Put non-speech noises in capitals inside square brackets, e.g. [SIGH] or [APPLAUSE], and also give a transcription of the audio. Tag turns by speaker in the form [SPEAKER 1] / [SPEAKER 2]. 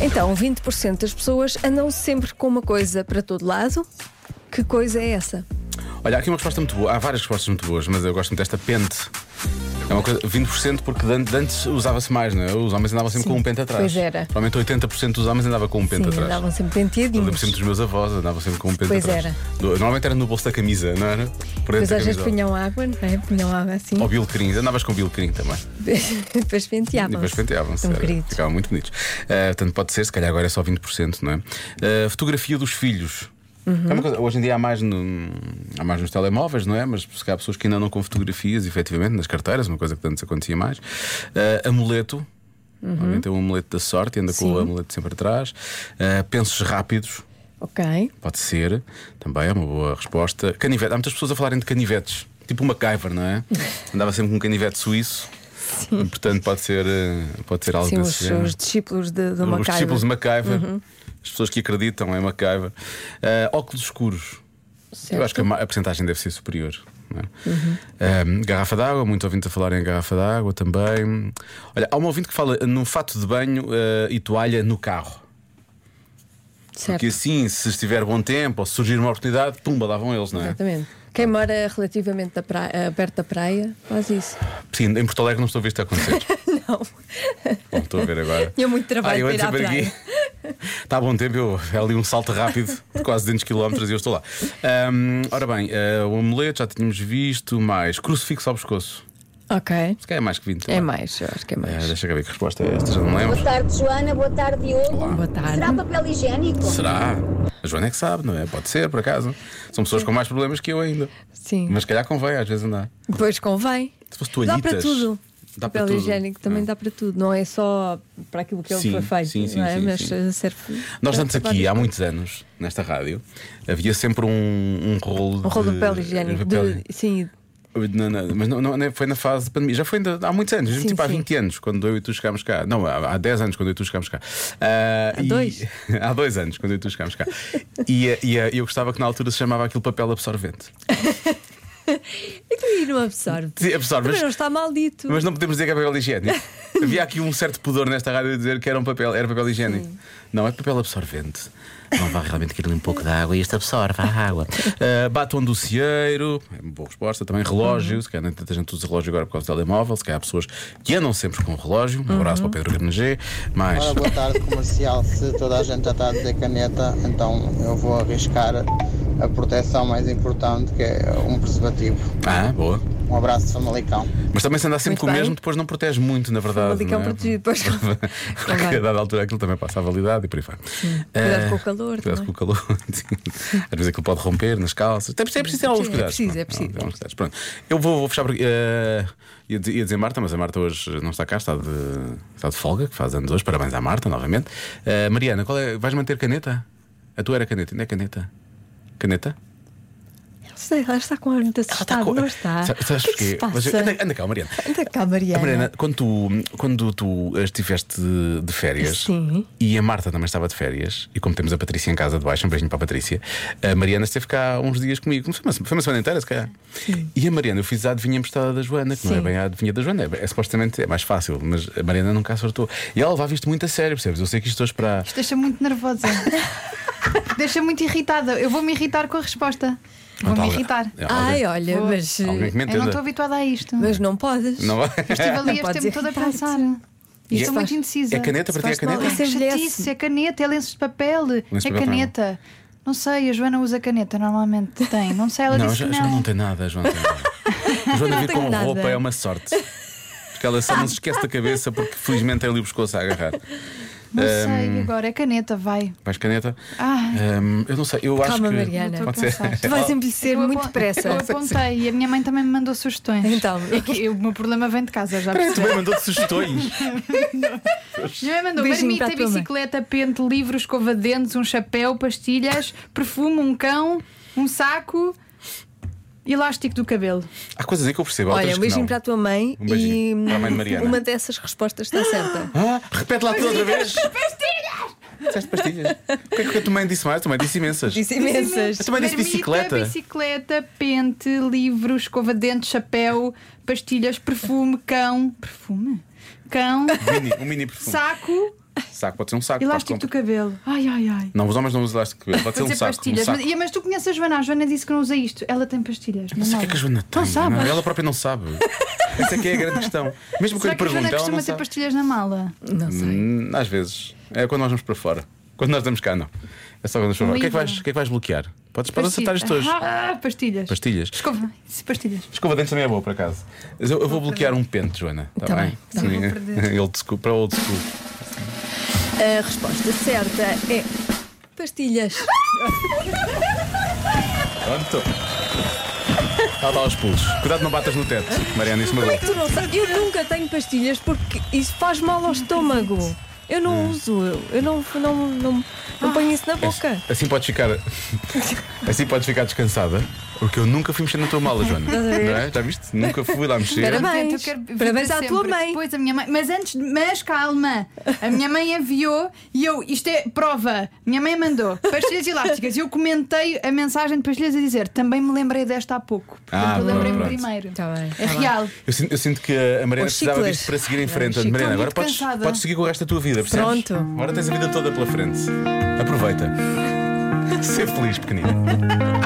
[SPEAKER 1] Então, 20% das pessoas andam sempre com uma coisa para todo lado. Que coisa é essa?
[SPEAKER 2] Olha, há aqui uma resposta muito boa. Há várias respostas muito boas, mas eu gosto muito desta pente. É uma coisa, 20% porque de an- de antes usava-se mais, não é? Os homens andavam sempre
[SPEAKER 1] Sim,
[SPEAKER 2] com um pente atrás.
[SPEAKER 1] pois era.
[SPEAKER 2] Provavelmente 80% dos homens andava com um pente
[SPEAKER 1] Sim,
[SPEAKER 2] atrás.
[SPEAKER 1] andavam sempre
[SPEAKER 2] Eu lembro sempre
[SPEAKER 1] penteadinhos.
[SPEAKER 2] dos meus avós, andavam sempre com um pente
[SPEAKER 1] Pois
[SPEAKER 2] atrás.
[SPEAKER 1] era.
[SPEAKER 2] Do- Normalmente era no bolso da camisa, não era? Por
[SPEAKER 1] Depois
[SPEAKER 2] dentro da
[SPEAKER 1] às vezes
[SPEAKER 2] camisola.
[SPEAKER 1] punham água, não é? Punham água assim.
[SPEAKER 2] Ou bilcrim, andavas com bilcrim também.
[SPEAKER 1] Depois [LAUGHS]
[SPEAKER 2] E
[SPEAKER 1] penteavam.
[SPEAKER 2] depois penteavam-se.
[SPEAKER 1] Tão
[SPEAKER 2] era-
[SPEAKER 1] queridos.
[SPEAKER 2] Ficavam muito bonitos. Ah, portanto, pode ser, se calhar agora é só 20%, não é? Ah, fotografia dos filhos.
[SPEAKER 1] Uhum.
[SPEAKER 2] É uma coisa, hoje em dia há mais, no- há mais nos telemóveis, não é? Mas se calhar há pessoas que ainda não com fotografias, efetivamente, nas carteiras, uma coisa que antes acontecia mais. Ah, amuleto. Normalmente tem um amuleto da sorte, anda com o
[SPEAKER 1] Uhum. Sim.
[SPEAKER 2] amuleto sempre atrás. Ah, pensos rápidos.
[SPEAKER 1] Ok.
[SPEAKER 2] Pode ser, também é uma boa resposta. Canivete, há muitas pessoas a falarem de canivetes, tipo o MacGyver, não
[SPEAKER 1] [LAUGHS]
[SPEAKER 2] é? Andava sempre com um canivete suíço. Portanto, pode ser, eh, pode ser algo
[SPEAKER 1] Sim,
[SPEAKER 2] desse
[SPEAKER 1] os, Uhum.
[SPEAKER 2] género.
[SPEAKER 1] os discípulos de, do
[SPEAKER 2] Os
[SPEAKER 1] Macaio.
[SPEAKER 2] discípulos de MacGyver, as pessoas que acreditam em MacGyver. Ah, óculos escuros.
[SPEAKER 1] Certo. Uhum.
[SPEAKER 2] Eu acho que a, ma- a percentagem deve ser superior. não é? Ah, garrafa d'água, muito ouvinte a falar em garrafa d'água também. Olha, há um ouvinte que fala num fato de banho ah, e toalha no carro. Porque
[SPEAKER 1] Certo.
[SPEAKER 2] assim, se estiver bom tempo ou se surgir uma oportunidade, pumba, lá vão eles, não é?
[SPEAKER 1] Exatamente. Quem mora relativamente da praia- perto da praia faz isso. [LAUGHS]
[SPEAKER 2] Sim, em Porto Alegre não estou a ver isto a acontecer.
[SPEAKER 1] Não. [LAUGHS]
[SPEAKER 2] Bom, estou a ver agora.
[SPEAKER 1] Tinha muito trabalho
[SPEAKER 2] Ah, eu
[SPEAKER 1] para ir
[SPEAKER 2] antes
[SPEAKER 1] à
[SPEAKER 2] sempre
[SPEAKER 1] praia.
[SPEAKER 2] aqui. Está a bom tempo, eu é ali um salto rápido de quase 200 km e eu estou lá. Ahm, ora bem, ah, o amuleto já tínhamos visto, mais crucifixo ao pescoço.
[SPEAKER 1] Ok.
[SPEAKER 2] Se calhar é mais que 20.
[SPEAKER 1] É
[SPEAKER 2] vá.
[SPEAKER 1] mais, eu acho que é
[SPEAKER 2] Ah,
[SPEAKER 1] mais.
[SPEAKER 2] deixa cá ver que resposta é esta, já não me
[SPEAKER 3] Boa
[SPEAKER 2] lembro.
[SPEAKER 3] tarde, Joana. Boa tarde, Diogo.
[SPEAKER 1] Boa tarde.
[SPEAKER 3] Será papel higiênico?
[SPEAKER 2] Será? A Joana é que sabe, não é? Pode ser, por acaso. São pessoas com mais problemas que eu ainda.
[SPEAKER 1] Sim.
[SPEAKER 2] Mas se calhar convém às vezes andar.
[SPEAKER 1] Depois convém.
[SPEAKER 2] Se fosse
[SPEAKER 1] Dá
[SPEAKER 2] toalhitas,
[SPEAKER 1] para tudo.
[SPEAKER 2] Dá para
[SPEAKER 1] papel
[SPEAKER 2] tudo.
[SPEAKER 1] higiênico também dá para tudo, não é só para aquilo que ele
[SPEAKER 2] Sim,
[SPEAKER 1] foi feito,
[SPEAKER 2] sim, sim,
[SPEAKER 1] não é?
[SPEAKER 2] sim,
[SPEAKER 1] mas
[SPEAKER 2] sim.
[SPEAKER 1] eh, serve.
[SPEAKER 2] Nós
[SPEAKER 1] para-
[SPEAKER 2] antes
[SPEAKER 1] para
[SPEAKER 2] aqui, há
[SPEAKER 1] várias
[SPEAKER 2] muitos anos, nesta rádio, havia sempre um, um rolo.
[SPEAKER 1] coisas. Um rolo de
[SPEAKER 2] de
[SPEAKER 1] papel higiênico.
[SPEAKER 2] papel-
[SPEAKER 1] de- sim,
[SPEAKER 2] Não, não, mas não, não- não, foi na fase de pandemia. Já foi ainda há muitos anos,
[SPEAKER 1] Sim,
[SPEAKER 2] tipo há
[SPEAKER 1] sim.
[SPEAKER 2] 20 anos, quando eu e tu chegámos cá. Não, há, há 10 anos, quando eu e tu chegámos cá. Ah,
[SPEAKER 1] Há
[SPEAKER 2] e-
[SPEAKER 1] dois?
[SPEAKER 2] [LAUGHS] há dois anos, quando eu e tu chegámos cá. e eh, e, eh, eu gostava que na altura se chamava aquilo papel absorvente.
[SPEAKER 1] Então e não absorve.
[SPEAKER 2] Sim, absorve,
[SPEAKER 1] Também
[SPEAKER 2] mas-
[SPEAKER 1] não está maldito.
[SPEAKER 2] Mas não podemos dizer que é papel
[SPEAKER 1] [LAUGHS]
[SPEAKER 2] higiênico. Havia aqui um certo pudor nesta rádio de dizer que era um papel, era papel higiênico. Não, é papel absorvente. Não vá realmente querer um pouco de água e isto absorve a água. Ah, batom do cieiro, é uma boa resposta. Também
[SPEAKER 1] Uhum.
[SPEAKER 2] relógio, se calhar nem tanta gente usa relógio agora por causa do telemóvel. Se calhar há pessoas que andam sempre com relógio. Um
[SPEAKER 1] Uhum.
[SPEAKER 2] abraço para o Pedro Granger. Mas.
[SPEAKER 4] Ora, boa tarde comercial. Se toda a gente já está a dizer caneta, então eu vou arriscar a proteção mais importante que é um preservativo.
[SPEAKER 2] Ah, boa.
[SPEAKER 4] Um abraço, Famalicão.
[SPEAKER 2] Mas também se andar sempre
[SPEAKER 1] Muito
[SPEAKER 2] com o
[SPEAKER 1] bem.
[SPEAKER 2] mesmo, depois não protege muito, na verdade.
[SPEAKER 1] Famalicão
[SPEAKER 2] não é?
[SPEAKER 1] um protegido,
[SPEAKER 2] [LAUGHS]
[SPEAKER 1] pois.
[SPEAKER 2] Porque a dada altura aquilo também passa a validade e por aí vai.
[SPEAKER 1] Cuidado
[SPEAKER 2] Ah,
[SPEAKER 1] com o calor
[SPEAKER 2] Cuidado
[SPEAKER 1] também.
[SPEAKER 2] com o calor. [LAUGHS] Sim. Às vezes aquilo pode romper nas calças. É preciso, é preciso ter alguns
[SPEAKER 1] É
[SPEAKER 2] cuidados.
[SPEAKER 1] preciso, é
[SPEAKER 2] Pronto,
[SPEAKER 1] preciso.
[SPEAKER 2] há alguns cuidados. Pronto. Eu vou, vou fechar porque. eh, ia, dizer, ia dizer Marta, mas a Marta hoje não está cá, está de, está de folga, que faz anos hoje. Parabéns à Marta, novamente. Eh, Mariana, qual é, vais manter caneta? A tua era caneta, ainda é caneta? Caneta?
[SPEAKER 1] Sei, ela está com ar muito assustada, Ah, não está?
[SPEAKER 2] Sa- Sabes
[SPEAKER 1] o que é que se
[SPEAKER 2] porquê? Mas-
[SPEAKER 1] passa?
[SPEAKER 2] anda, anda cá, Mariana.
[SPEAKER 1] Anda cá, Mariana.
[SPEAKER 2] Ah, Mariana, quando tu, quando tu estiveste de- de férias
[SPEAKER 1] Sim.
[SPEAKER 2] e a Marta também estava de férias, e como temos a Patrícia em casa de baixo, um beijinho para a Patrícia, a Mariana esteve cá uns dias comigo, foi uma, foi uma semana inteira, se calhar. E a Mariana, eu fiz a adivinha emprestada da Joana, que não é
[SPEAKER 1] Sim.
[SPEAKER 2] bem a adivinha da Joana, é, é supostamente é mais fácil, mas a Mariana nunca acertou. E ela levava isto muito a sério, percebes? Eu sei que isto hoje para.
[SPEAKER 5] Isto deixa
[SPEAKER 1] [LAUGHS]
[SPEAKER 5] muito nervosa. deixa muito irritada. Eu vou me irritar com a resposta. Vou me
[SPEAKER 2] Tal-
[SPEAKER 5] irritar.
[SPEAKER 2] É,
[SPEAKER 1] Ai,
[SPEAKER 2] alguém-
[SPEAKER 1] olha,
[SPEAKER 5] Vou.
[SPEAKER 1] mas. eh,
[SPEAKER 2] Alguém que me
[SPEAKER 5] Eu não estou
[SPEAKER 2] entenda.
[SPEAKER 5] habituada a isto.
[SPEAKER 1] Mas não podes.
[SPEAKER 2] Não vai.
[SPEAKER 5] Estive
[SPEAKER 1] Não
[SPEAKER 5] ali este
[SPEAKER 1] podes
[SPEAKER 5] tempo todo a
[SPEAKER 1] irritar-te.
[SPEAKER 5] pensar.
[SPEAKER 2] E
[SPEAKER 5] E
[SPEAKER 2] é-
[SPEAKER 5] estou muito indecisa.
[SPEAKER 2] É caneta para ti, é
[SPEAKER 1] Faz mal.
[SPEAKER 2] caneta?
[SPEAKER 1] Isso
[SPEAKER 5] Ai, que
[SPEAKER 1] envelhece.
[SPEAKER 5] chatice, é caneta, é lenços de papel,
[SPEAKER 2] de
[SPEAKER 5] é
[SPEAKER 2] papel.
[SPEAKER 5] caneta. Não sei, a Joana usa caneta, normalmente tem. Não sei, ela
[SPEAKER 2] Não,
[SPEAKER 5] disse
[SPEAKER 2] já,
[SPEAKER 5] que
[SPEAKER 2] já não
[SPEAKER 5] não.
[SPEAKER 2] tem nada, João. Tem nada. A
[SPEAKER 5] [LAUGHS]
[SPEAKER 2] Joana
[SPEAKER 1] Não
[SPEAKER 2] vir
[SPEAKER 1] tenho
[SPEAKER 2] com
[SPEAKER 1] nada.
[SPEAKER 2] roupa é uma sorte. Porque ela só não se esquece da cabeça porque felizmente tem ali o pescoço a agarrar.
[SPEAKER 5] Não
[SPEAKER 2] Hum.
[SPEAKER 5] sei, agora é caneta, vai.
[SPEAKER 2] Mais caneta?
[SPEAKER 5] Ah.
[SPEAKER 2] Hum, eu não sei, eu acho
[SPEAKER 1] Calma,
[SPEAKER 2] que.
[SPEAKER 1] Mariana.
[SPEAKER 2] Pode
[SPEAKER 5] Estou a
[SPEAKER 2] ser.
[SPEAKER 5] pensar.
[SPEAKER 1] Tu vais envelhecer
[SPEAKER 5] Eu apo-
[SPEAKER 1] muito depressa.
[SPEAKER 5] Eu apontei e a minha mãe também me mandou sugestões.
[SPEAKER 1] Então.
[SPEAKER 5] É que eu- o meu problema vem de casa, já
[SPEAKER 2] Peraí, [LAUGHS] tu
[SPEAKER 5] percebi.
[SPEAKER 2] bem mandou-te sugestões.
[SPEAKER 5] Minha mãe mandou
[SPEAKER 1] Beijinho para
[SPEAKER 5] marmita,
[SPEAKER 1] a tua mãe.
[SPEAKER 5] bicicleta, pente, livro, escova de dentes, um chapéu, pastilhas, perfume, um cão, um saco, elástico do cabelo.
[SPEAKER 2] Há coisas aí que eu percebo. há
[SPEAKER 1] Olha,
[SPEAKER 2] outras
[SPEAKER 1] um
[SPEAKER 2] que
[SPEAKER 1] beijinho
[SPEAKER 2] não.
[SPEAKER 1] para a tua mãe
[SPEAKER 2] Um beijinho
[SPEAKER 1] e
[SPEAKER 2] para a mãe de Mariana.
[SPEAKER 1] uma dessas respostas está certa.
[SPEAKER 2] Ah, repete lá tudo outra vez. Pastilhas! Disseste pastilhas? O que é que a tua mãe disse mais? A tua mãe disse
[SPEAKER 1] [LAUGHS]
[SPEAKER 2] imensas.
[SPEAKER 1] Disse imensas.
[SPEAKER 2] A tua mãe disse
[SPEAKER 5] Marmita,
[SPEAKER 2] bicicleta.
[SPEAKER 5] bicicleta, pente, livro, escova de dentes, chapéu, pastilhas, perfume, cão. Perfume? Cão,
[SPEAKER 2] Mini, um mini perfume.
[SPEAKER 5] saco,
[SPEAKER 2] Saco pode ser um saco.
[SPEAKER 5] Elástico
[SPEAKER 2] faz
[SPEAKER 5] do
[SPEAKER 2] compra.
[SPEAKER 5] cabelo. Ai, ai, ai.
[SPEAKER 2] Não, os homens não usam elástico de cabelo. Pode ser
[SPEAKER 5] Fazer
[SPEAKER 2] um saco. Um
[SPEAKER 5] pastilhas.
[SPEAKER 2] saco.
[SPEAKER 5] Mas, e- mas tu conheces a Joana? A Joana disse que não usa isto. Ela tem pastilhas.
[SPEAKER 2] Não sei o
[SPEAKER 5] é?
[SPEAKER 2] que é que a Joana tem.
[SPEAKER 5] Não sabe.
[SPEAKER 2] Ela própria não
[SPEAKER 5] [LAUGHS]
[SPEAKER 2] sabe. Essa é que é a grande questão. Mesmo quando
[SPEAKER 5] Será que a Joana
[SPEAKER 2] perguntam, ela
[SPEAKER 5] costuma
[SPEAKER 2] não
[SPEAKER 5] ter
[SPEAKER 2] sabe.
[SPEAKER 5] pastilhas na mala?
[SPEAKER 1] Não sei.
[SPEAKER 2] Hum, Às vezes. É quando nós vamos para fora. Quando nós damos cá, não. É só quando nós vamos. O que é que
[SPEAKER 5] Horrível.
[SPEAKER 2] vais, o que é que vais bloquear? Podes, podes acertar isto hoje.
[SPEAKER 5] Ah, pastilhas.
[SPEAKER 2] Pastilhas.
[SPEAKER 5] Escova. Isso, pastilhas.
[SPEAKER 2] Escova de dentes também é boa, por acaso. Mas Eu, eu vou bloquear um pente, Joana. Está
[SPEAKER 1] Tá
[SPEAKER 2] bem?
[SPEAKER 5] bem. Sim, vou perder.
[SPEAKER 2] [LAUGHS] Old school, para old school.
[SPEAKER 1] A resposta certa é pastilhas.
[SPEAKER 2] Pronto. Está lá aos pulos. Cuidado, não batas no teto, Mariana, isso
[SPEAKER 1] Como é
[SPEAKER 2] magoa.
[SPEAKER 1] que tu não sabes? Eu nunca tenho pastilhas porque isso faz mal ao estômago. Eu
[SPEAKER 2] Hum.
[SPEAKER 1] não uso, eu, eu não, não, não, não ponho isso na boca.
[SPEAKER 2] Assim podes
[SPEAKER 5] [LAUGHS]
[SPEAKER 2] ficar. Assim podes ficar descansada. Porque eu nunca fui mexer na tua mala, Joana. Não é? Já viste? Nunca fui lá mexer.
[SPEAKER 1] Espera. Parabéns.
[SPEAKER 5] Portanto, eu quero viver
[SPEAKER 1] Parabéns à tua
[SPEAKER 5] sempre.
[SPEAKER 1] mãe.
[SPEAKER 5] Depois a minha mãe. Mas antes, mas calma. A minha mãe enviou e eu, isto é prova. Minha mãe mandou pastilhas elásticas. Eu comentei a mensagem de pastilhas a dizer: também me lembrei desta há pouco. Portanto,
[SPEAKER 2] Ah,
[SPEAKER 5] eu lembrei-me
[SPEAKER 2] pronto, pronto.
[SPEAKER 5] primeiro.
[SPEAKER 1] Tá bem,
[SPEAKER 5] É
[SPEAKER 1] tá bem.
[SPEAKER 5] real.
[SPEAKER 2] Eu sinto, eu sinto que a Mariana
[SPEAKER 1] Os
[SPEAKER 2] precisava
[SPEAKER 1] chicles.
[SPEAKER 2] disto para seguir em
[SPEAKER 1] Os
[SPEAKER 2] frente.
[SPEAKER 1] chicles.
[SPEAKER 2] Mariana, agora
[SPEAKER 5] Muito
[SPEAKER 2] podes,
[SPEAKER 5] cansada.
[SPEAKER 2] podes seguir com o resto da tua vida, percebes?
[SPEAKER 1] Pronto.
[SPEAKER 2] Agora [LAUGHS] tens a vida toda pela frente. Aproveita. Ser feliz, pequenino.